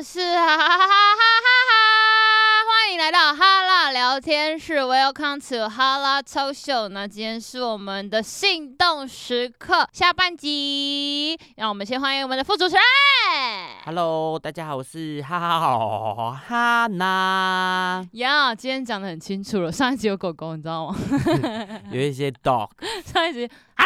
是 哈哈哈哈哈哈，欢迎来到哈拉聊天室，Welcome to 哈拉超秀。那今天是我们的性动时刻下半集，让我们先欢迎我们的副主持人。 Hello，大家好，我是哈哈哈娜，呀今天讲的很清楚了，上一集有狗狗，你知道吗？有一些 dog，上一集啊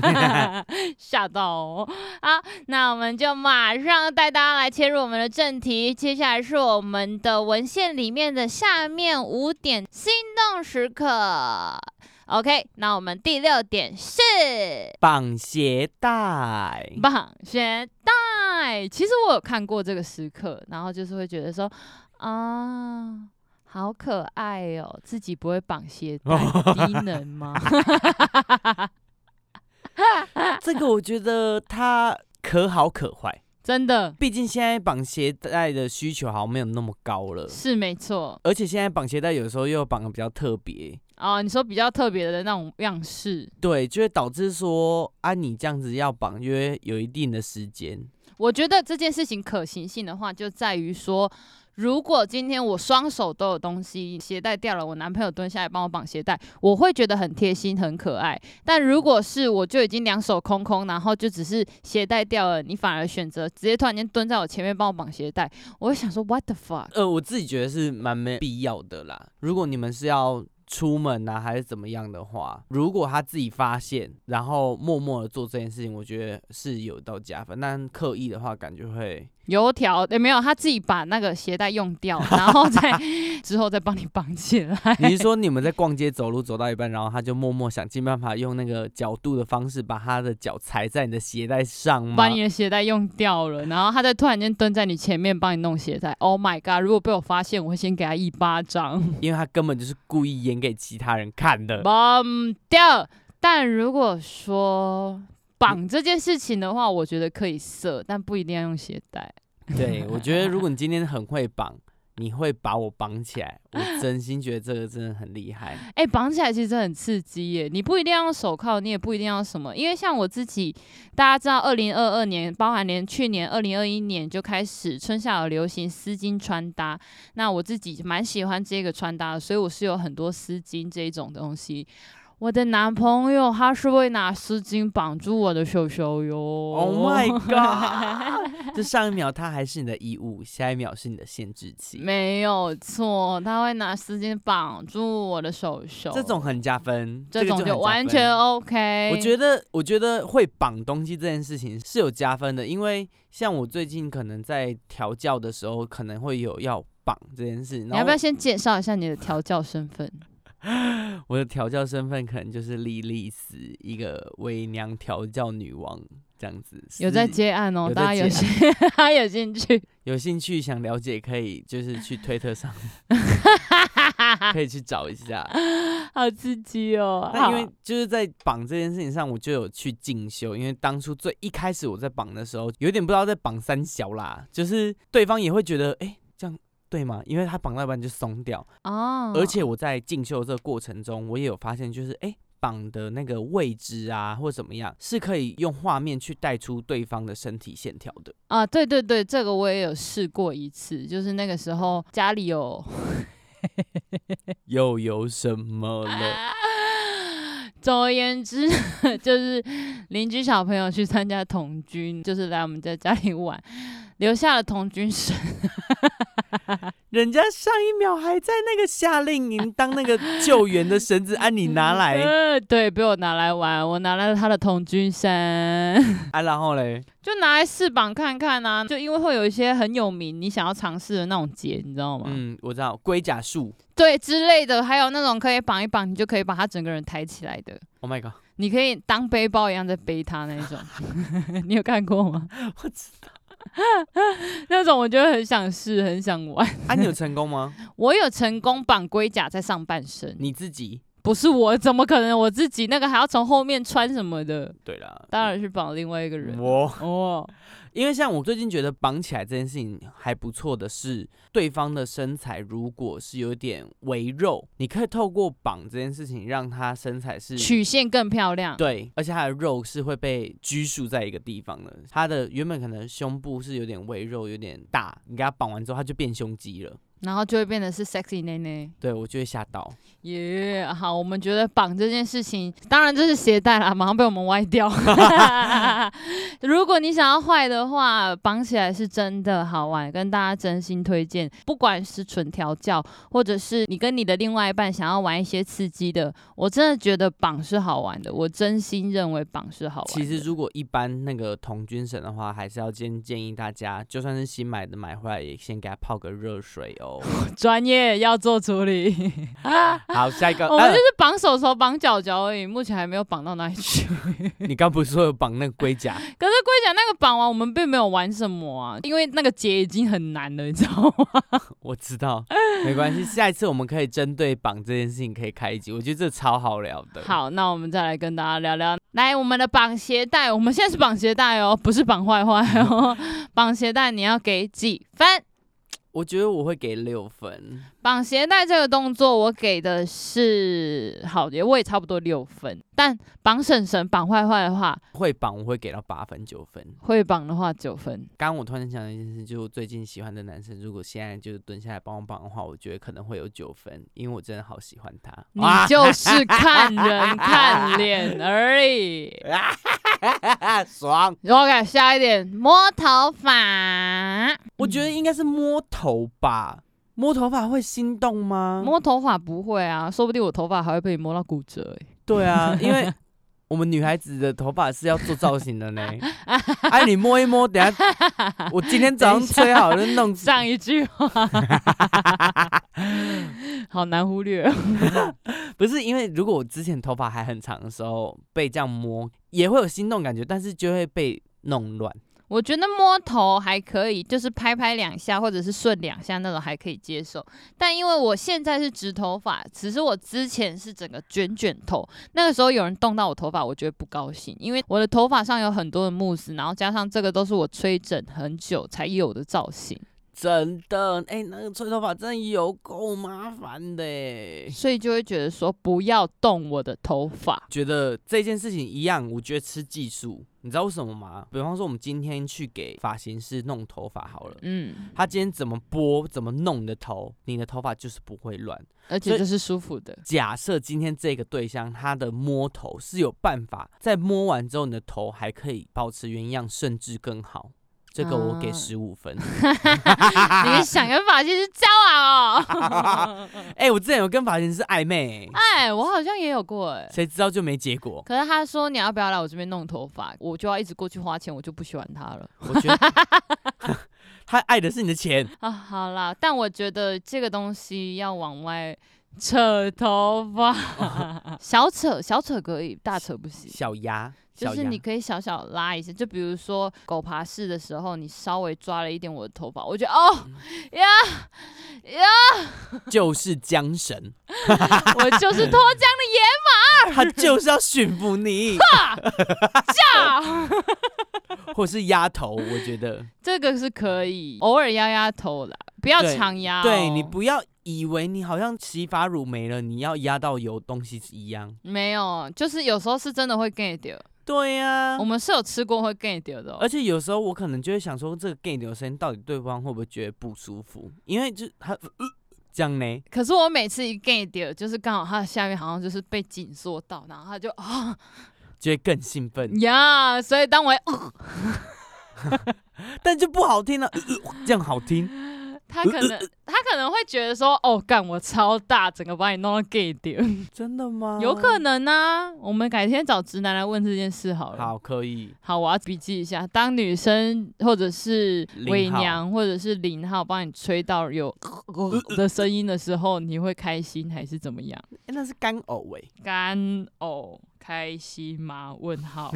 啦， 吓到哦！好，那我们就马上带大家来切入我们的正题。接下来是我们的文献里面的下面五点心动时刻。OK，那我们第六点是绑鞋带，绑鞋带。其实我有看过这个时刻，然后就是会觉得说啊。好可爱哦！自己不会绑鞋带，低能吗？ 这个我觉得它可好可坏，真的毕竟现在绑鞋带的需求好像没有那么高了，是没错。而且现在绑鞋带有时候又绑的比较特别，哦，你说比较特别的那种样式，对，就会导致说啊，你这样子要绑，因为有一定的时间，我觉得这件事情可行性的话，就在于说，如果今天我双手都有东西，鞋带掉了，我男朋友蹲下来帮我绑鞋带，我会觉得很贴心、很可爱。但如果是我就已经两手空空，然后就只是鞋带掉了，你反而选择直接突然间蹲在我前面帮我绑鞋带，我会想说 What the fuck？呃，我自己觉得是蛮没必要的啦。如果你们是要出门啊，还是怎么样的话，如果他自己发现，然后默默的做这件事情，我觉得是有到加分。但刻意的话，感觉会油条也、没有，他自己把那个鞋带用掉，然后再 之后再帮你绑起来。你是说你们在逛街走路走到一半，然后他就默默想尽办法用那个角度的方式把他的脚踩在你的鞋带上吗把？你的鞋带用掉了，然后他再突然间蹲在你前面帮你弄鞋带。Oh my god！如果被我发现，我会先给他一巴掌， 因为他根本就是故意演给其他人看的。绑掉。但如果说绑这件事情的话，我觉得可以设，但不一定要用鞋带。对，我觉得如果你今天很会绑，你会把我绑起来，我真心觉得这个真的很厉害。哎、绑起来其实很刺激耶！你不一定要用手铐，你也不一定要什么，因为像我自己，大家知道，二零二二年，包含连去年二零二一年就开始春夏有流行丝巾穿搭，那我自己蛮喜欢这个穿搭的，所以我是有很多丝巾这一种东西。我的男朋友他是会拿丝巾绑住我的手手哟。 Oh my 哦 god！就上一秒它还是你的衣物，下一秒是你的限制期， 没有错，他会拿丝巾绑住我的手手，这种很加分，这个种很加就完分全。OK。我觉得，我觉得会绑东西这件事情是有加分的，因为像我最近可能在调教的时候，可能会有要绑这件事。你然要后不要先介绍一下你的调教身份？我的调教身份可能就是莉莉丝，一个伪娘调教女王这样子。有在是接案哦，有在大家有兴 大家有兴趣，有兴趣想了解，可以就是去推 特上可以去找一下。好刺激哦！那因为就是在绑这件事情上，我就有去进修。因为当初最一开始我在绑的时候，有点不知道在绑三小啦，就是对方也会觉得，哎、这样对吗？因为他绑到一半就松掉。好哦，而且我在进修的这个过程中，我也有发现，就是哎。诶绑的那个位置啊，或怎么样，是可以用画面去带出对方的身体线条的。啊，对对对，这个我也有试过一次，就是那个时候家里有 又有什么了？总而言之， 就是邻居小朋友去参加童军，就是来我们在家里玩，留下了童军绳。人家上一秒还在那个夏令营当那个救援的绳子，啊，你拿 来呃，对，被我拿来玩，我拿来了他的童军绳。啊，然后嘞，就拿来试绑看看啊，就因为会有一些很有名，你想要尝试的那种节，你知道吗？嗯，我知道龟甲树。对之类的，还有那种可以绑一绑，你就可以把它整个人抬起来的， Oh my god！你可以当背包一样在背它那一 种， 你有看过吗？我知 那种我就很想试，很想玩。啊，你有成功吗？ 嗯我有成功绑龟甲在上半身，你自己不是我，怎么可能我自己那个还要从后面穿什么的？ 对啦，当然是绑另外一个人。我哦，因为像我最近觉得绑起来这件事情还不错的是，对方的身材如果是有点微肉，你可以透过绑这件事情让他身材是曲线更漂亮。对，而且它的肉是会被拘束在一个地方的。它的原本可能胸部是有点微肉，有点大，你给它绑完之后，它就变胸肌了。然后就会变得是 sexy 内内。对我就会吓到。耶、好，我们觉得绑这件事情，当然这是鞋带啦，马上被我们歪 掉。如果你想要坏的话，绑起来是真的好玩，跟大家真心推荐。不管是纯调教，或者是你跟你的另外一半想要玩一些刺激的，我真的觉得绑是好玩的，我真心认为绑是好玩的。其实如果一般那个童军绳的话，还是要先建议大家，就算是新买的买回来，也先给它泡个热水哦。专业要做处理， 好，下一个，我们呃就是绑手手、绑脚脚而已，目前还没有绑到哪里去。呃你刚不是说有绑那个龟甲？可是龟甲那个绑完，我们并没有玩什么啊，因为那个结已经很难了，你知道吗？我知道，没关系，下一次我们可以针对绑这件事情可以开一集，我觉得这超好聊的。，好，那我们再来跟大家聊聊，来我们的绑鞋带，我们现在是绑鞋带哦，不是绑坏坏哦，绑鞋带你要给几分？我觉得我会给六分。绑鞋带这个动作，我给的是好，也我也差不多六分。但绑婶婶、绑坏坏的话，会绑我会给到八分九分。会绑的话九分。刚刚我突然想到一件事，就是我最近喜欢的男生，如果现在就是蹲下来帮我绑的话，我觉得可能会有九分，因为我真的好喜欢他。你哇就是看人看脸而已。 爽！ OK，下一点，摸头发。我觉得应该是摸头吧，摸头发会心动吗？嗯摸头发不会啊，说不定我头发还会被你摸到骨折、欸。对 啊，因为我们女孩子的头发是要做造型的呢。哎，你摸一摸，等下 我今天早上吹好就弄死。上一句话， 好难忽略。不是因为如果我之前头发还很长的时候被这样摸，也会有心动感觉，但是就会被弄乱。我觉得摸头还可以，就是拍拍两下或者是顺两下那种还可以接受。但因为我现在是直头发，只是我之前是整个卷卷头，那个时候有人动到我头发，我觉得不高兴，因为我的头发上有很多的慕斯，然后加上这个都是我吹整很久才有的造型。真的，哎、那个吹头发真的有够麻烦的欸。所以就会觉得说不要动我的头发。觉得这件事情一样，我觉得吃技术，你知道为什么吗？比方说，我们今天去给发型师弄头发好了，嗯，他今天怎么拨、怎么弄你的头，你的头发就是不会乱。而所且以这是舒服的。假设今天这个对象他的摸头是有办法，在摸完之后，你的头还可以保持原样，甚至更好。这个我给啊十五分。啊你是想跟发型师交往哦？ 哎、我之前有跟发型师暧昧、哎，我好像也有过哎、谁知道就没结果。可是他说你要不要来我这边弄头发，我就要一直过去花钱，我就不喜欢他了我 觉得 他爱的是你的钱，啊。好啦，但我觉得这个东西要往外扯头 发，小扯小扯可以，大扯不行。小鸭，就小是鸭你。可以小小拉一下，就比如说狗爬式的时候，你稍微抓了一点我的头发，我觉得哦呀呀，就是缰绳，我就是 脱缰的他就是要驯服 你，野马，或是鸭头。我觉得，这个是可以，偶尔压压头啦，不要对常压、哦。对你不要以为你好像洗发乳没了，你要压到有东西一样。没有，就是有时候是真的会 get 掉，对呀、我们是有吃过会 get 掉的、哦啊而。且有时候我可能就会想说，这个 gay 流声到底对方会不会觉得不舒服？因为就他、呃这样呢，可是我每次一 get 掉，就是刚好它的下面好像就是被紧缩到，然后它就啊就会更兴奋，呀，所以当我哦但就不好听了、呃呃这样好听。他可能、他可能会觉得说，哦，干我超大，整个把你弄到 gay 点， 真的吗？有可能啊。我们改天找直男来问这件事好了。好，可以。好，我要笔记一下。当女生或者是零伪号呃娘或者是零号帮你吹到有的声音的时候，你会开心还是怎么样？欸那是干呕哎，干呕开心吗？问 号。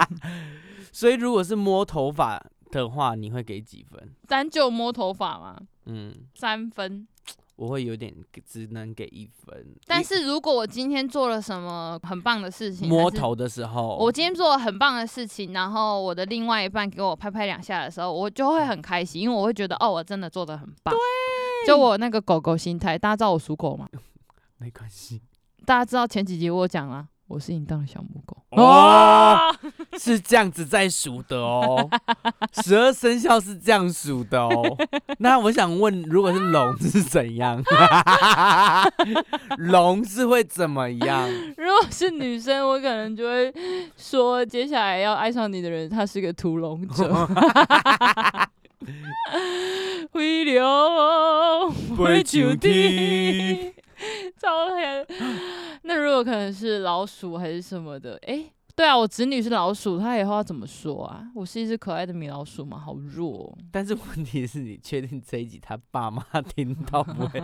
所以如果是摸头发的话，你会给几分？单就摸头发吗？嗯，三分。我会有点给只能给一分。但一是如果我今天做了什么很棒的事情，摸还是头的时候，我今天做了很棒的事情，然后我的另外一半给我拍拍两下的时候，我就会很开心，因为我会觉得哦，我真的做的很棒。对，就我那个狗狗心态，大家知道我属狗吗？没关系大家知道前几集我有讲啊，我是淫荡的小母狗。哦，是这样子在数 的哦，十二生肖是这样数的哦。那我想问，如果是龙是 怎样？龙是会怎么样？如果是女生，我可能就会说，接下来要爱上你的人，他是个屠龙者。回流哦飞回上九天地，超黑。那如果可能是老鼠还是什么的，诶，对啊，我侄女是老鼠，她以后要怎么说啊？我是一只可爱的米老鼠吗？好弱、哦。但是问题是你确定这一集他爸妈听到不 会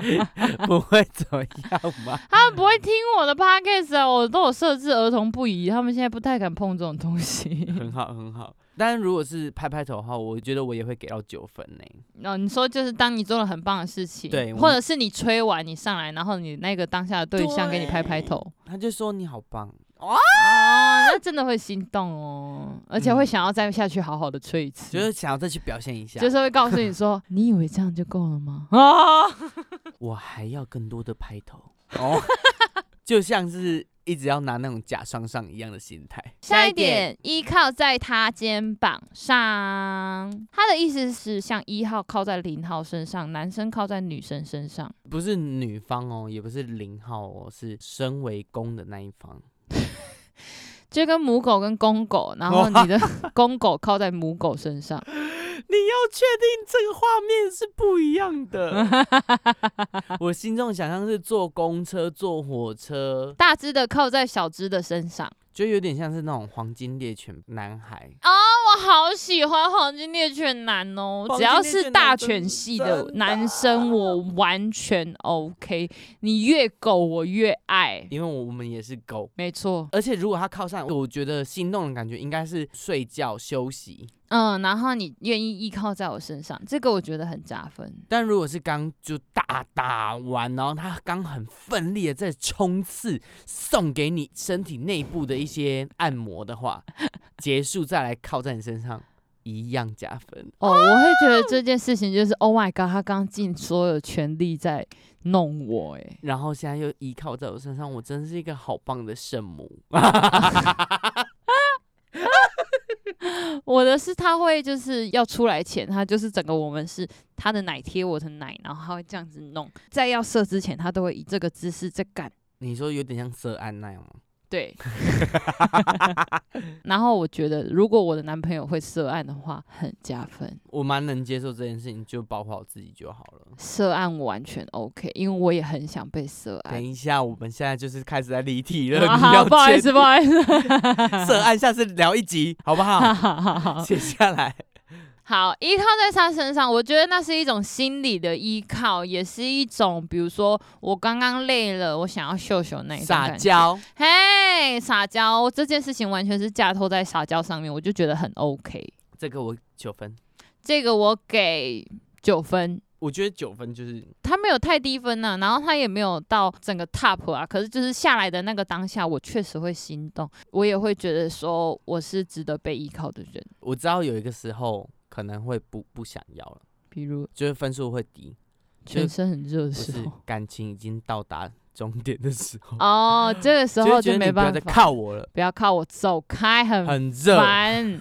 不会怎么样吗？他们不会听我的 podcast 啊，我都有设置儿童不宜，他们现在不太敢碰这种东 西。很好，很好。但如果是拍拍头的话，我觉得我也会给到九分呢、哦，你说就是当你做了很棒的事情，对我或们者是你吹完你上来，然后你那个当下的对象给你拍拍头，他就说你好棒，哦，那真的会心动哦，而且会嗯想要再下去好好的吹一次，就是想要再去表现一下，就是会告诉你说，你以为这样就够了 吗？啊，我还要更多的拍头 哦，就像是一直要拿那种假双上一样的心态。下一点，依靠在他肩膀上，他的意思是像一号靠在零号身上，男生靠在女生身上。不是女方哦，也不是零号哦，是身为公的那一方。就跟母狗跟公狗，然后你的 公狗靠在母狗身上，你要确定这个画面是不一样的。 我心中的想象是坐公车、坐火车，大只的靠在小只的身上。就有点像是那种黄金猎犬男孩。哦我好喜欢黄金猎犬男哦，黄只金要猎是犬大男真犬的系的男生，我完全 OK。你越狗我越爱，因为我们也是狗。没错。而且如果他靠上，我觉得心动的感觉应该是睡觉休息。嗯，然后你愿意依靠在我身上，这个我觉得很加分。但如果是刚就大打完，然后他刚很奋力的在冲刺，送给你身体内部的一些按摩的话， 结束再来靠在你身上，一样加分。哦，我会觉得这件事情就是 Oh my God，他刚尽所有全力在弄我、欸，然后现在又依靠在我身上，我真是一个好棒的圣母。 我的是他会就是要出来前，他就是整个我们是他的奶贴我的奶，然后他会这样子弄，在要射之前，他都会以这个姿势在干。你说有点像色安那样吗？ 对， 然后我觉得如果我的男朋友会涉案的话，很加分。我蛮能接受这件事情，就保护好自己就好了。涉案我完全 OK，因为我也很想被涉等案。一下，我们现在就是开始在离题了，啊 你要哈不好意确思，不好意思。涉案下次聊一集好不好好？好好接下来， 好，依靠在他身上，我觉得那是一种心理的依靠，也是一种，比如说我刚刚累了，我想要秀秀那一种撒感觉。娇，嘿，撒娇这件事情完全是架托在撒娇上面，我就觉得很 OK。这个我九分，这个我给九分，我觉得九分就是他没有太低分呐、然后他也没有到整个 top 啊，可是就是下来的那个当下，我确实会心动，我也会觉得说我是值得被依靠的人。我知道有一个时候可能会不不想要了，比如就是分数会低，全身很热的不时是候， 感情已经到达终点的时候，哦，这个时就候会觉就没得你不要办再法，靠我了，不要靠我，走开，很很热，烦。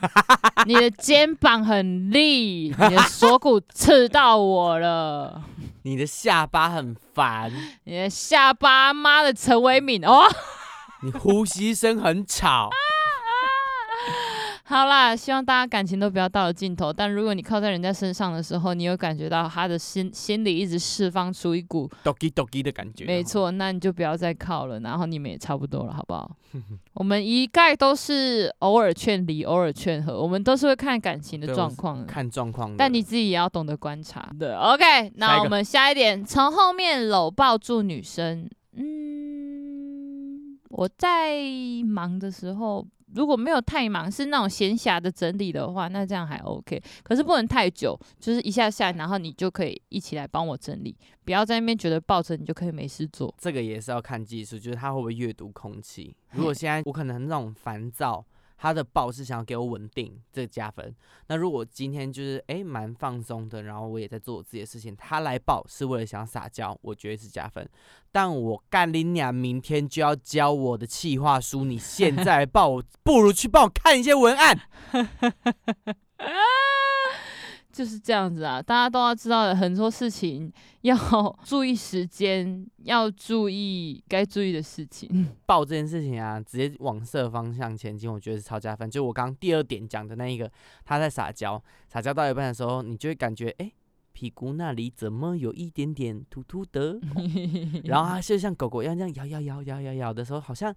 你的肩膀很利，你 的锁骨刺到我了。你的下巴很烦，你的下巴，妈的，陈伟敏哦。你呼吸声很吵， 好啦，希望大家感情都不要到了尽头。但如果你靠在人家身上的时候，你有感觉到他的心心里一直释放出一股， doki doki 的感觉，没，错，那你就不要再靠了。然后你们也差不多了，好 不好？我们一概都是偶尔劝离，偶尔劝和，我们都是会看感情的对状况的。看状况的，但你自己也要懂得观察。嗯对，OK，下一那个我们下一点，从后面搂抱住女生。嗯，我在忙的时候如果没有太忙，是那种闲暇的整理的话，那这样还 OK。可是不能太久，就是一下下，然后你就可以一起来帮我整理，不要在那边觉得抱着你就可以没事做。这个也是要看技术，就是他会不会阅读空气。如果嘿现在我可能那种烦躁，他的抱是想要给我稳定，这加分。那如果今天就是诶蛮放松的，然后我也在做我自己的事情，他来抱是为了想撒娇，我觉得是加分。但我干你娘，明天就要交我的企划书，你现在来抱我，不如去帮我看一些文案。就是这样子啊，大家都要知道很多事情要注意时间，要注意该注意的事情。 抱这件事情啊，直接往色方向前进，我觉得是超加分。就我刚刚第二点讲的那一个，他在撒娇，撒娇到一半的时候，你就会感觉，哎、屁股那里怎么有一点点突突的？然后它就像狗狗一样，这样摇摇摇摇摇摇的时候，好像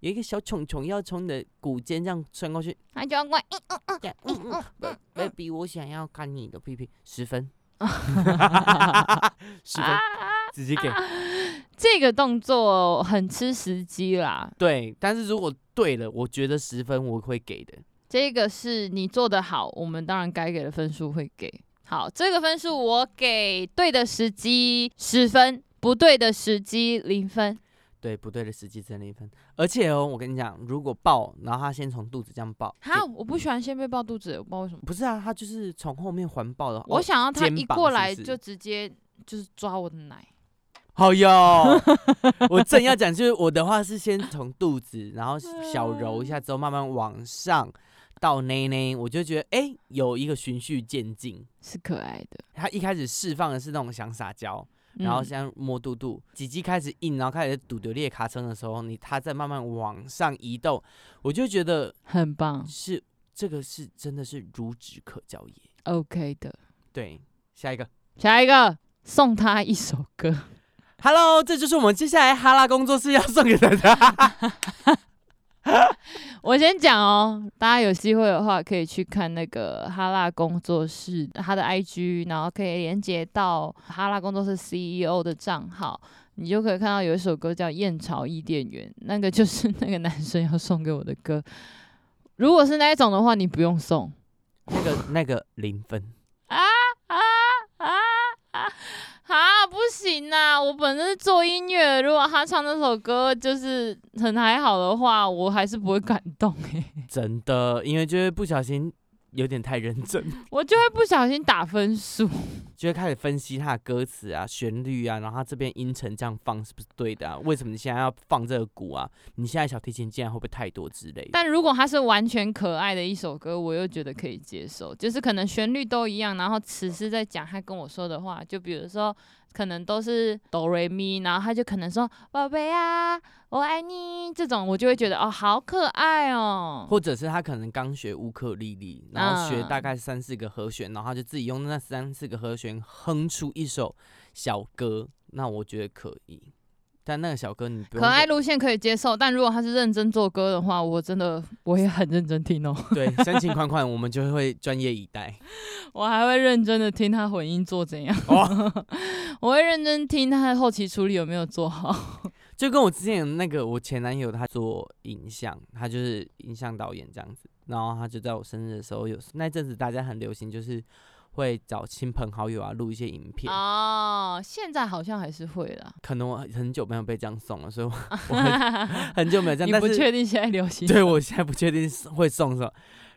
有一个小虫虫要从你的骨尖这样穿过去。他就要怪这样嗯嗯嗯，baby，我想要看你的屁屁，十 分，十分，直接给。这个动作很吃时机啦，对，但是如果对了，我觉得十分我会给的。这个是你做的好，我们当然该给的分数会给。好，这个分数我给对的时机十分，不对的时机零分。对不对的时机增了一分。而且哦，我跟你讲，如果抱，然后他先从肚子这样抱，哈，就我不喜欢先被抱肚子，我不知道为什么。不是啊，他就是从后面环抱的。我哦，想要他肩一膀过是不来是就直接就是抓我的奶。好 哟，我正要讲，就是我的话是先从肚子，然后嗯小揉一下之后，慢慢往上到内内，我就觉得哎、有一个循序渐进。是可爱的，他一开始释放的是那种想撒娇，然后嗯先摸肚肚，几鸡开始硬，然后开始堵流裂卡车的时候，你他再慢慢往上移动，我就觉得很棒是这个是真的是孺子可教也。 ，OK 的。对，下一个下一个送他一首歌， ，Hello，这就是我们接下来哈拉工作室要送给大家。我先讲哦，大家有机会的话可以去看那个哈拉工作室他的 IG，然后可以连接到哈拉工作室 CEO 的账号，你就可以看到有一首歌叫《燕巢伊甸园》，那个就是那个男生要送给我的歌。如果是那一种的话，你不用送。那个那个零分，啊啊啊！啊，不行呐！我本身是做音乐，如果他唱那首歌就是很还好的话，我还是不会感动欸诶、真的，因为就是不小心有点太认真，我就会不小心打分数。就会开始分析他的歌词啊、旋律啊，然后他这边音程这样放是不是对的啊？为什么你现在要放这个鼓啊？你现在小提琴竟然会不会太多之类的？但如果他是完全可爱的一首歌，我又觉得可以接受，就是可能旋律都一样，然后词是在讲他跟我说的话，就比如说可能都是哆瑞咪，然后他就可能说宝贝啊，我爱你这种，我就会觉得哦，好可爱哦。或者是他可能刚学乌克丽丽，然后嗯学大概三四个和弦，然后他就自己用那三四个和弦哼出一首小歌，那我觉得可以。但那个小歌你不用可爱路线可以接受，但如果他是认真做歌的话，我真的我也很认真听哦， 对深情款款，我们就会专业以待。我还会认真的听他混音做怎样，哦 我会认真听他的后期处理有没有做好。就跟我之前那个我前男友他做影像，他就是影像导演这样子，然后他就在我生日的时候有那阵子大家很流行，就是会找亲朋好友啊录一些影片。哦，现在好像还是会啦，可能我很久没有被这样送了，所以我 我很 很久没有这样。你但不是确定现在流 行？对我现在不确定是会送什么。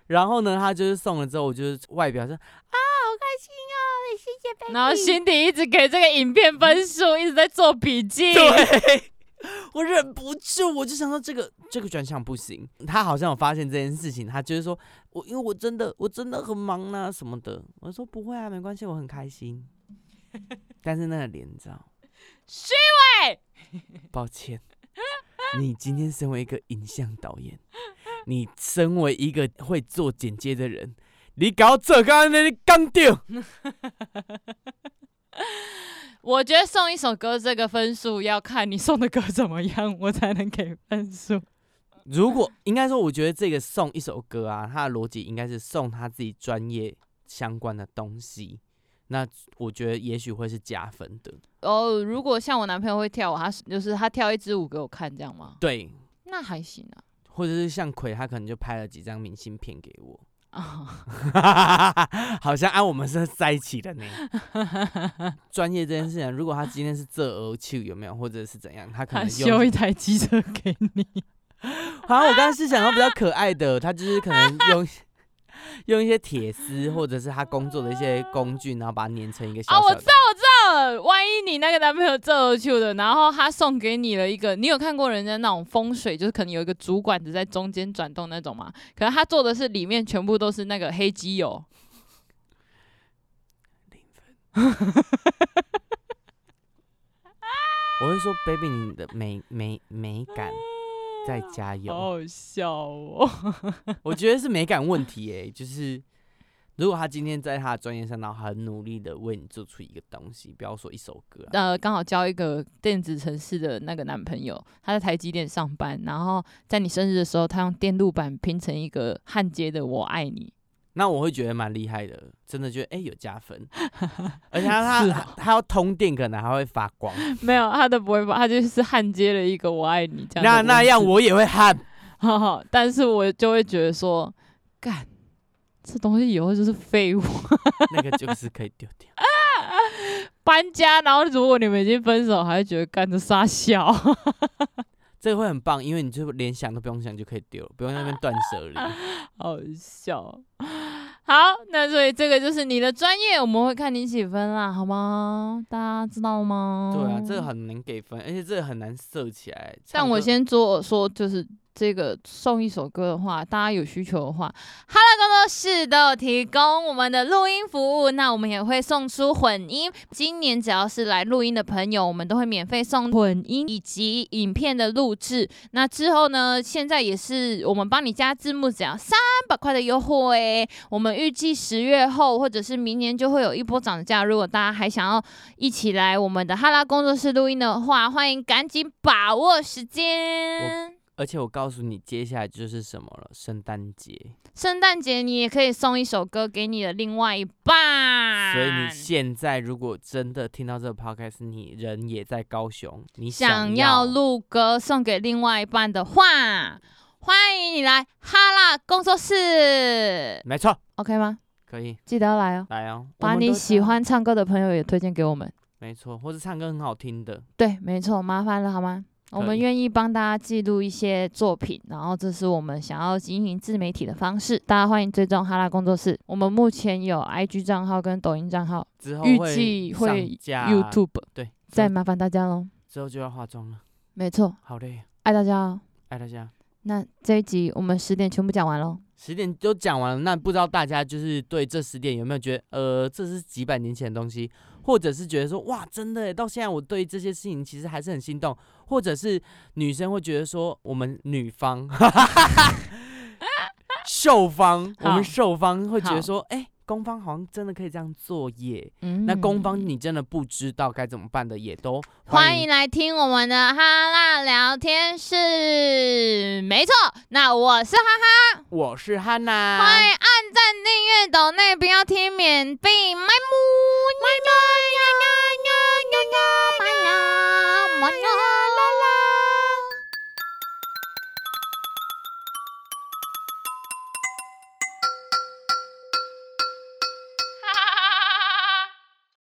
然后呢，他就是送了之后，我就是外 表说然后心底一直给这个影片分数，一直在做笔记。 对，我忍不住，我就想到这个这个转向不行。他好像有发现这件事情，他就是说我因为我真的我真的很忙呐、什么的。我就说不会啊，没关系，我很开 心。但是那个脸照，虚伪，抱歉，你今天身为一个影像导演，你身为一个会做剪接的人，你搞这个那你刚掉。 我觉得送一首歌这个分数要看你送的歌怎么样，我才能给分数。如果应该说，我觉得这个送一首歌啊，它的逻辑应该是送他自己专业相关的东西，那我觉得也许会是加分的。哦，如果像我男朋友会跳舞，他是就是他跳一支舞给我看这样吗？对，那还行啊。或者是像葵，他可能就拍了几张明信片给我， 啊、好像啊按我们是在一起的呢。专业这件事情，如果他今天是这而去有没有，或者是怎样，他可 他能修用。一台机车给你，好、啊，我刚刚是想到比较可爱的，他就是可能用用一些铁丝，或者是他工作的一些工具，然后把它粘成一个小哦小我的。知呃， 万一你那个男朋友这而去的，然后他送给你了一个，你有看过人家那种风水，就是可能有一个主管子在中间转动那种吗？可是他做的是里面全部都是那个黑机油，我会说，baby，你的美美美感再嗯加油。好好笑哦。我觉得是美感问题诶、就是如果他今天在他的专业上，然后很努力的为你做出一个东西，不要说一首歌啊、呃，刚好交一个电子城市的那个男朋友，他在台积电上班，然后在你生日的时候，他用电路板拼成一个焊接的“我爱你那我会觉得蛮厉害的，真的觉得诶、有加分，而且他是他哦他他要通电可能还会发光，”，没有，他都不会吧？他就是焊接了一个“我爱 你”这样的那文字。那样我也会喊，哈哈，但是我就会觉得说，干这东西以后就是废物。 那个就是可以丢掉。搬家，然后如果你们已经分手，还会觉得干这傻笑。这个会很棒，因为你就连想都不用想就可以丢了，不用在那边断 舍 离。哦好笑。好，那所以这个就是你的专业，我们会看你几分啦，好吗？大家知道吗？对啊，这个。很难给分，而且这个很难设起来。但唱我歌先做说，就是这个送一首歌的话，大家有需求的话，Hello 工作室都有提供我们的录音服务，那我们也会送出混音。今年只要是来录音的朋友，我们都会免费送混音以及影片的录制。那之后呢，现在也是我们帮你加字幕，只要三百块的优惠。我们预计十月后或者是明年就会有一波涨价。如果大家还想要一起来我们的哈拉工作室录音的话，欢迎赶紧把握时间。而且我告诉你，接下来就是什么了，圣诞节。圣诞节你也可以送一首歌给你的另外一半，所以你现在如果真的听到这个 podcast，你人也在高雄，你想要要录歌送给另外一半的话，欢迎你来哈拉工作室没错， ，OK 吗？可以记得要来哦，来哦。我把们你都喜唱，欢唱歌的朋友也推荐给我们。没错，或者唱歌很好听的，对，没错，麻烦了好吗？可我们以愿意帮大家记录一些作品，然后这是我们想要经营自媒体的方式。大家欢迎追踪哈拉工作室，我们目前有 IG 账号跟抖音账号，之后预会计上会架 YouTube，对，再之后麻烦大家喽。之后就要化妆了，没错，好累，爱大家哦。爱大家。那这一集我们十点全部讲完喽。十点都讲完了，那不知道大家就是对这十点有没有觉得，呃，这是几百年前的东西，或者是觉得说，哇，真的耶，欸到现在我对这些事情其实还是很心动，或者是女生会觉得说，我们女方， 受方，我好们受方会觉好得说，哎、攻方好像真的可以这样做耶。嗯，啊那攻方你真的不知道该怎么办的，也都欢欢迎来听我们的哈拉聊天室。没错，那我是哈哈，我是汉娜，欢迎按赞、订阅、抖内，不要听免费，卖木，卖木，卖木，卖木，卖木，卖木。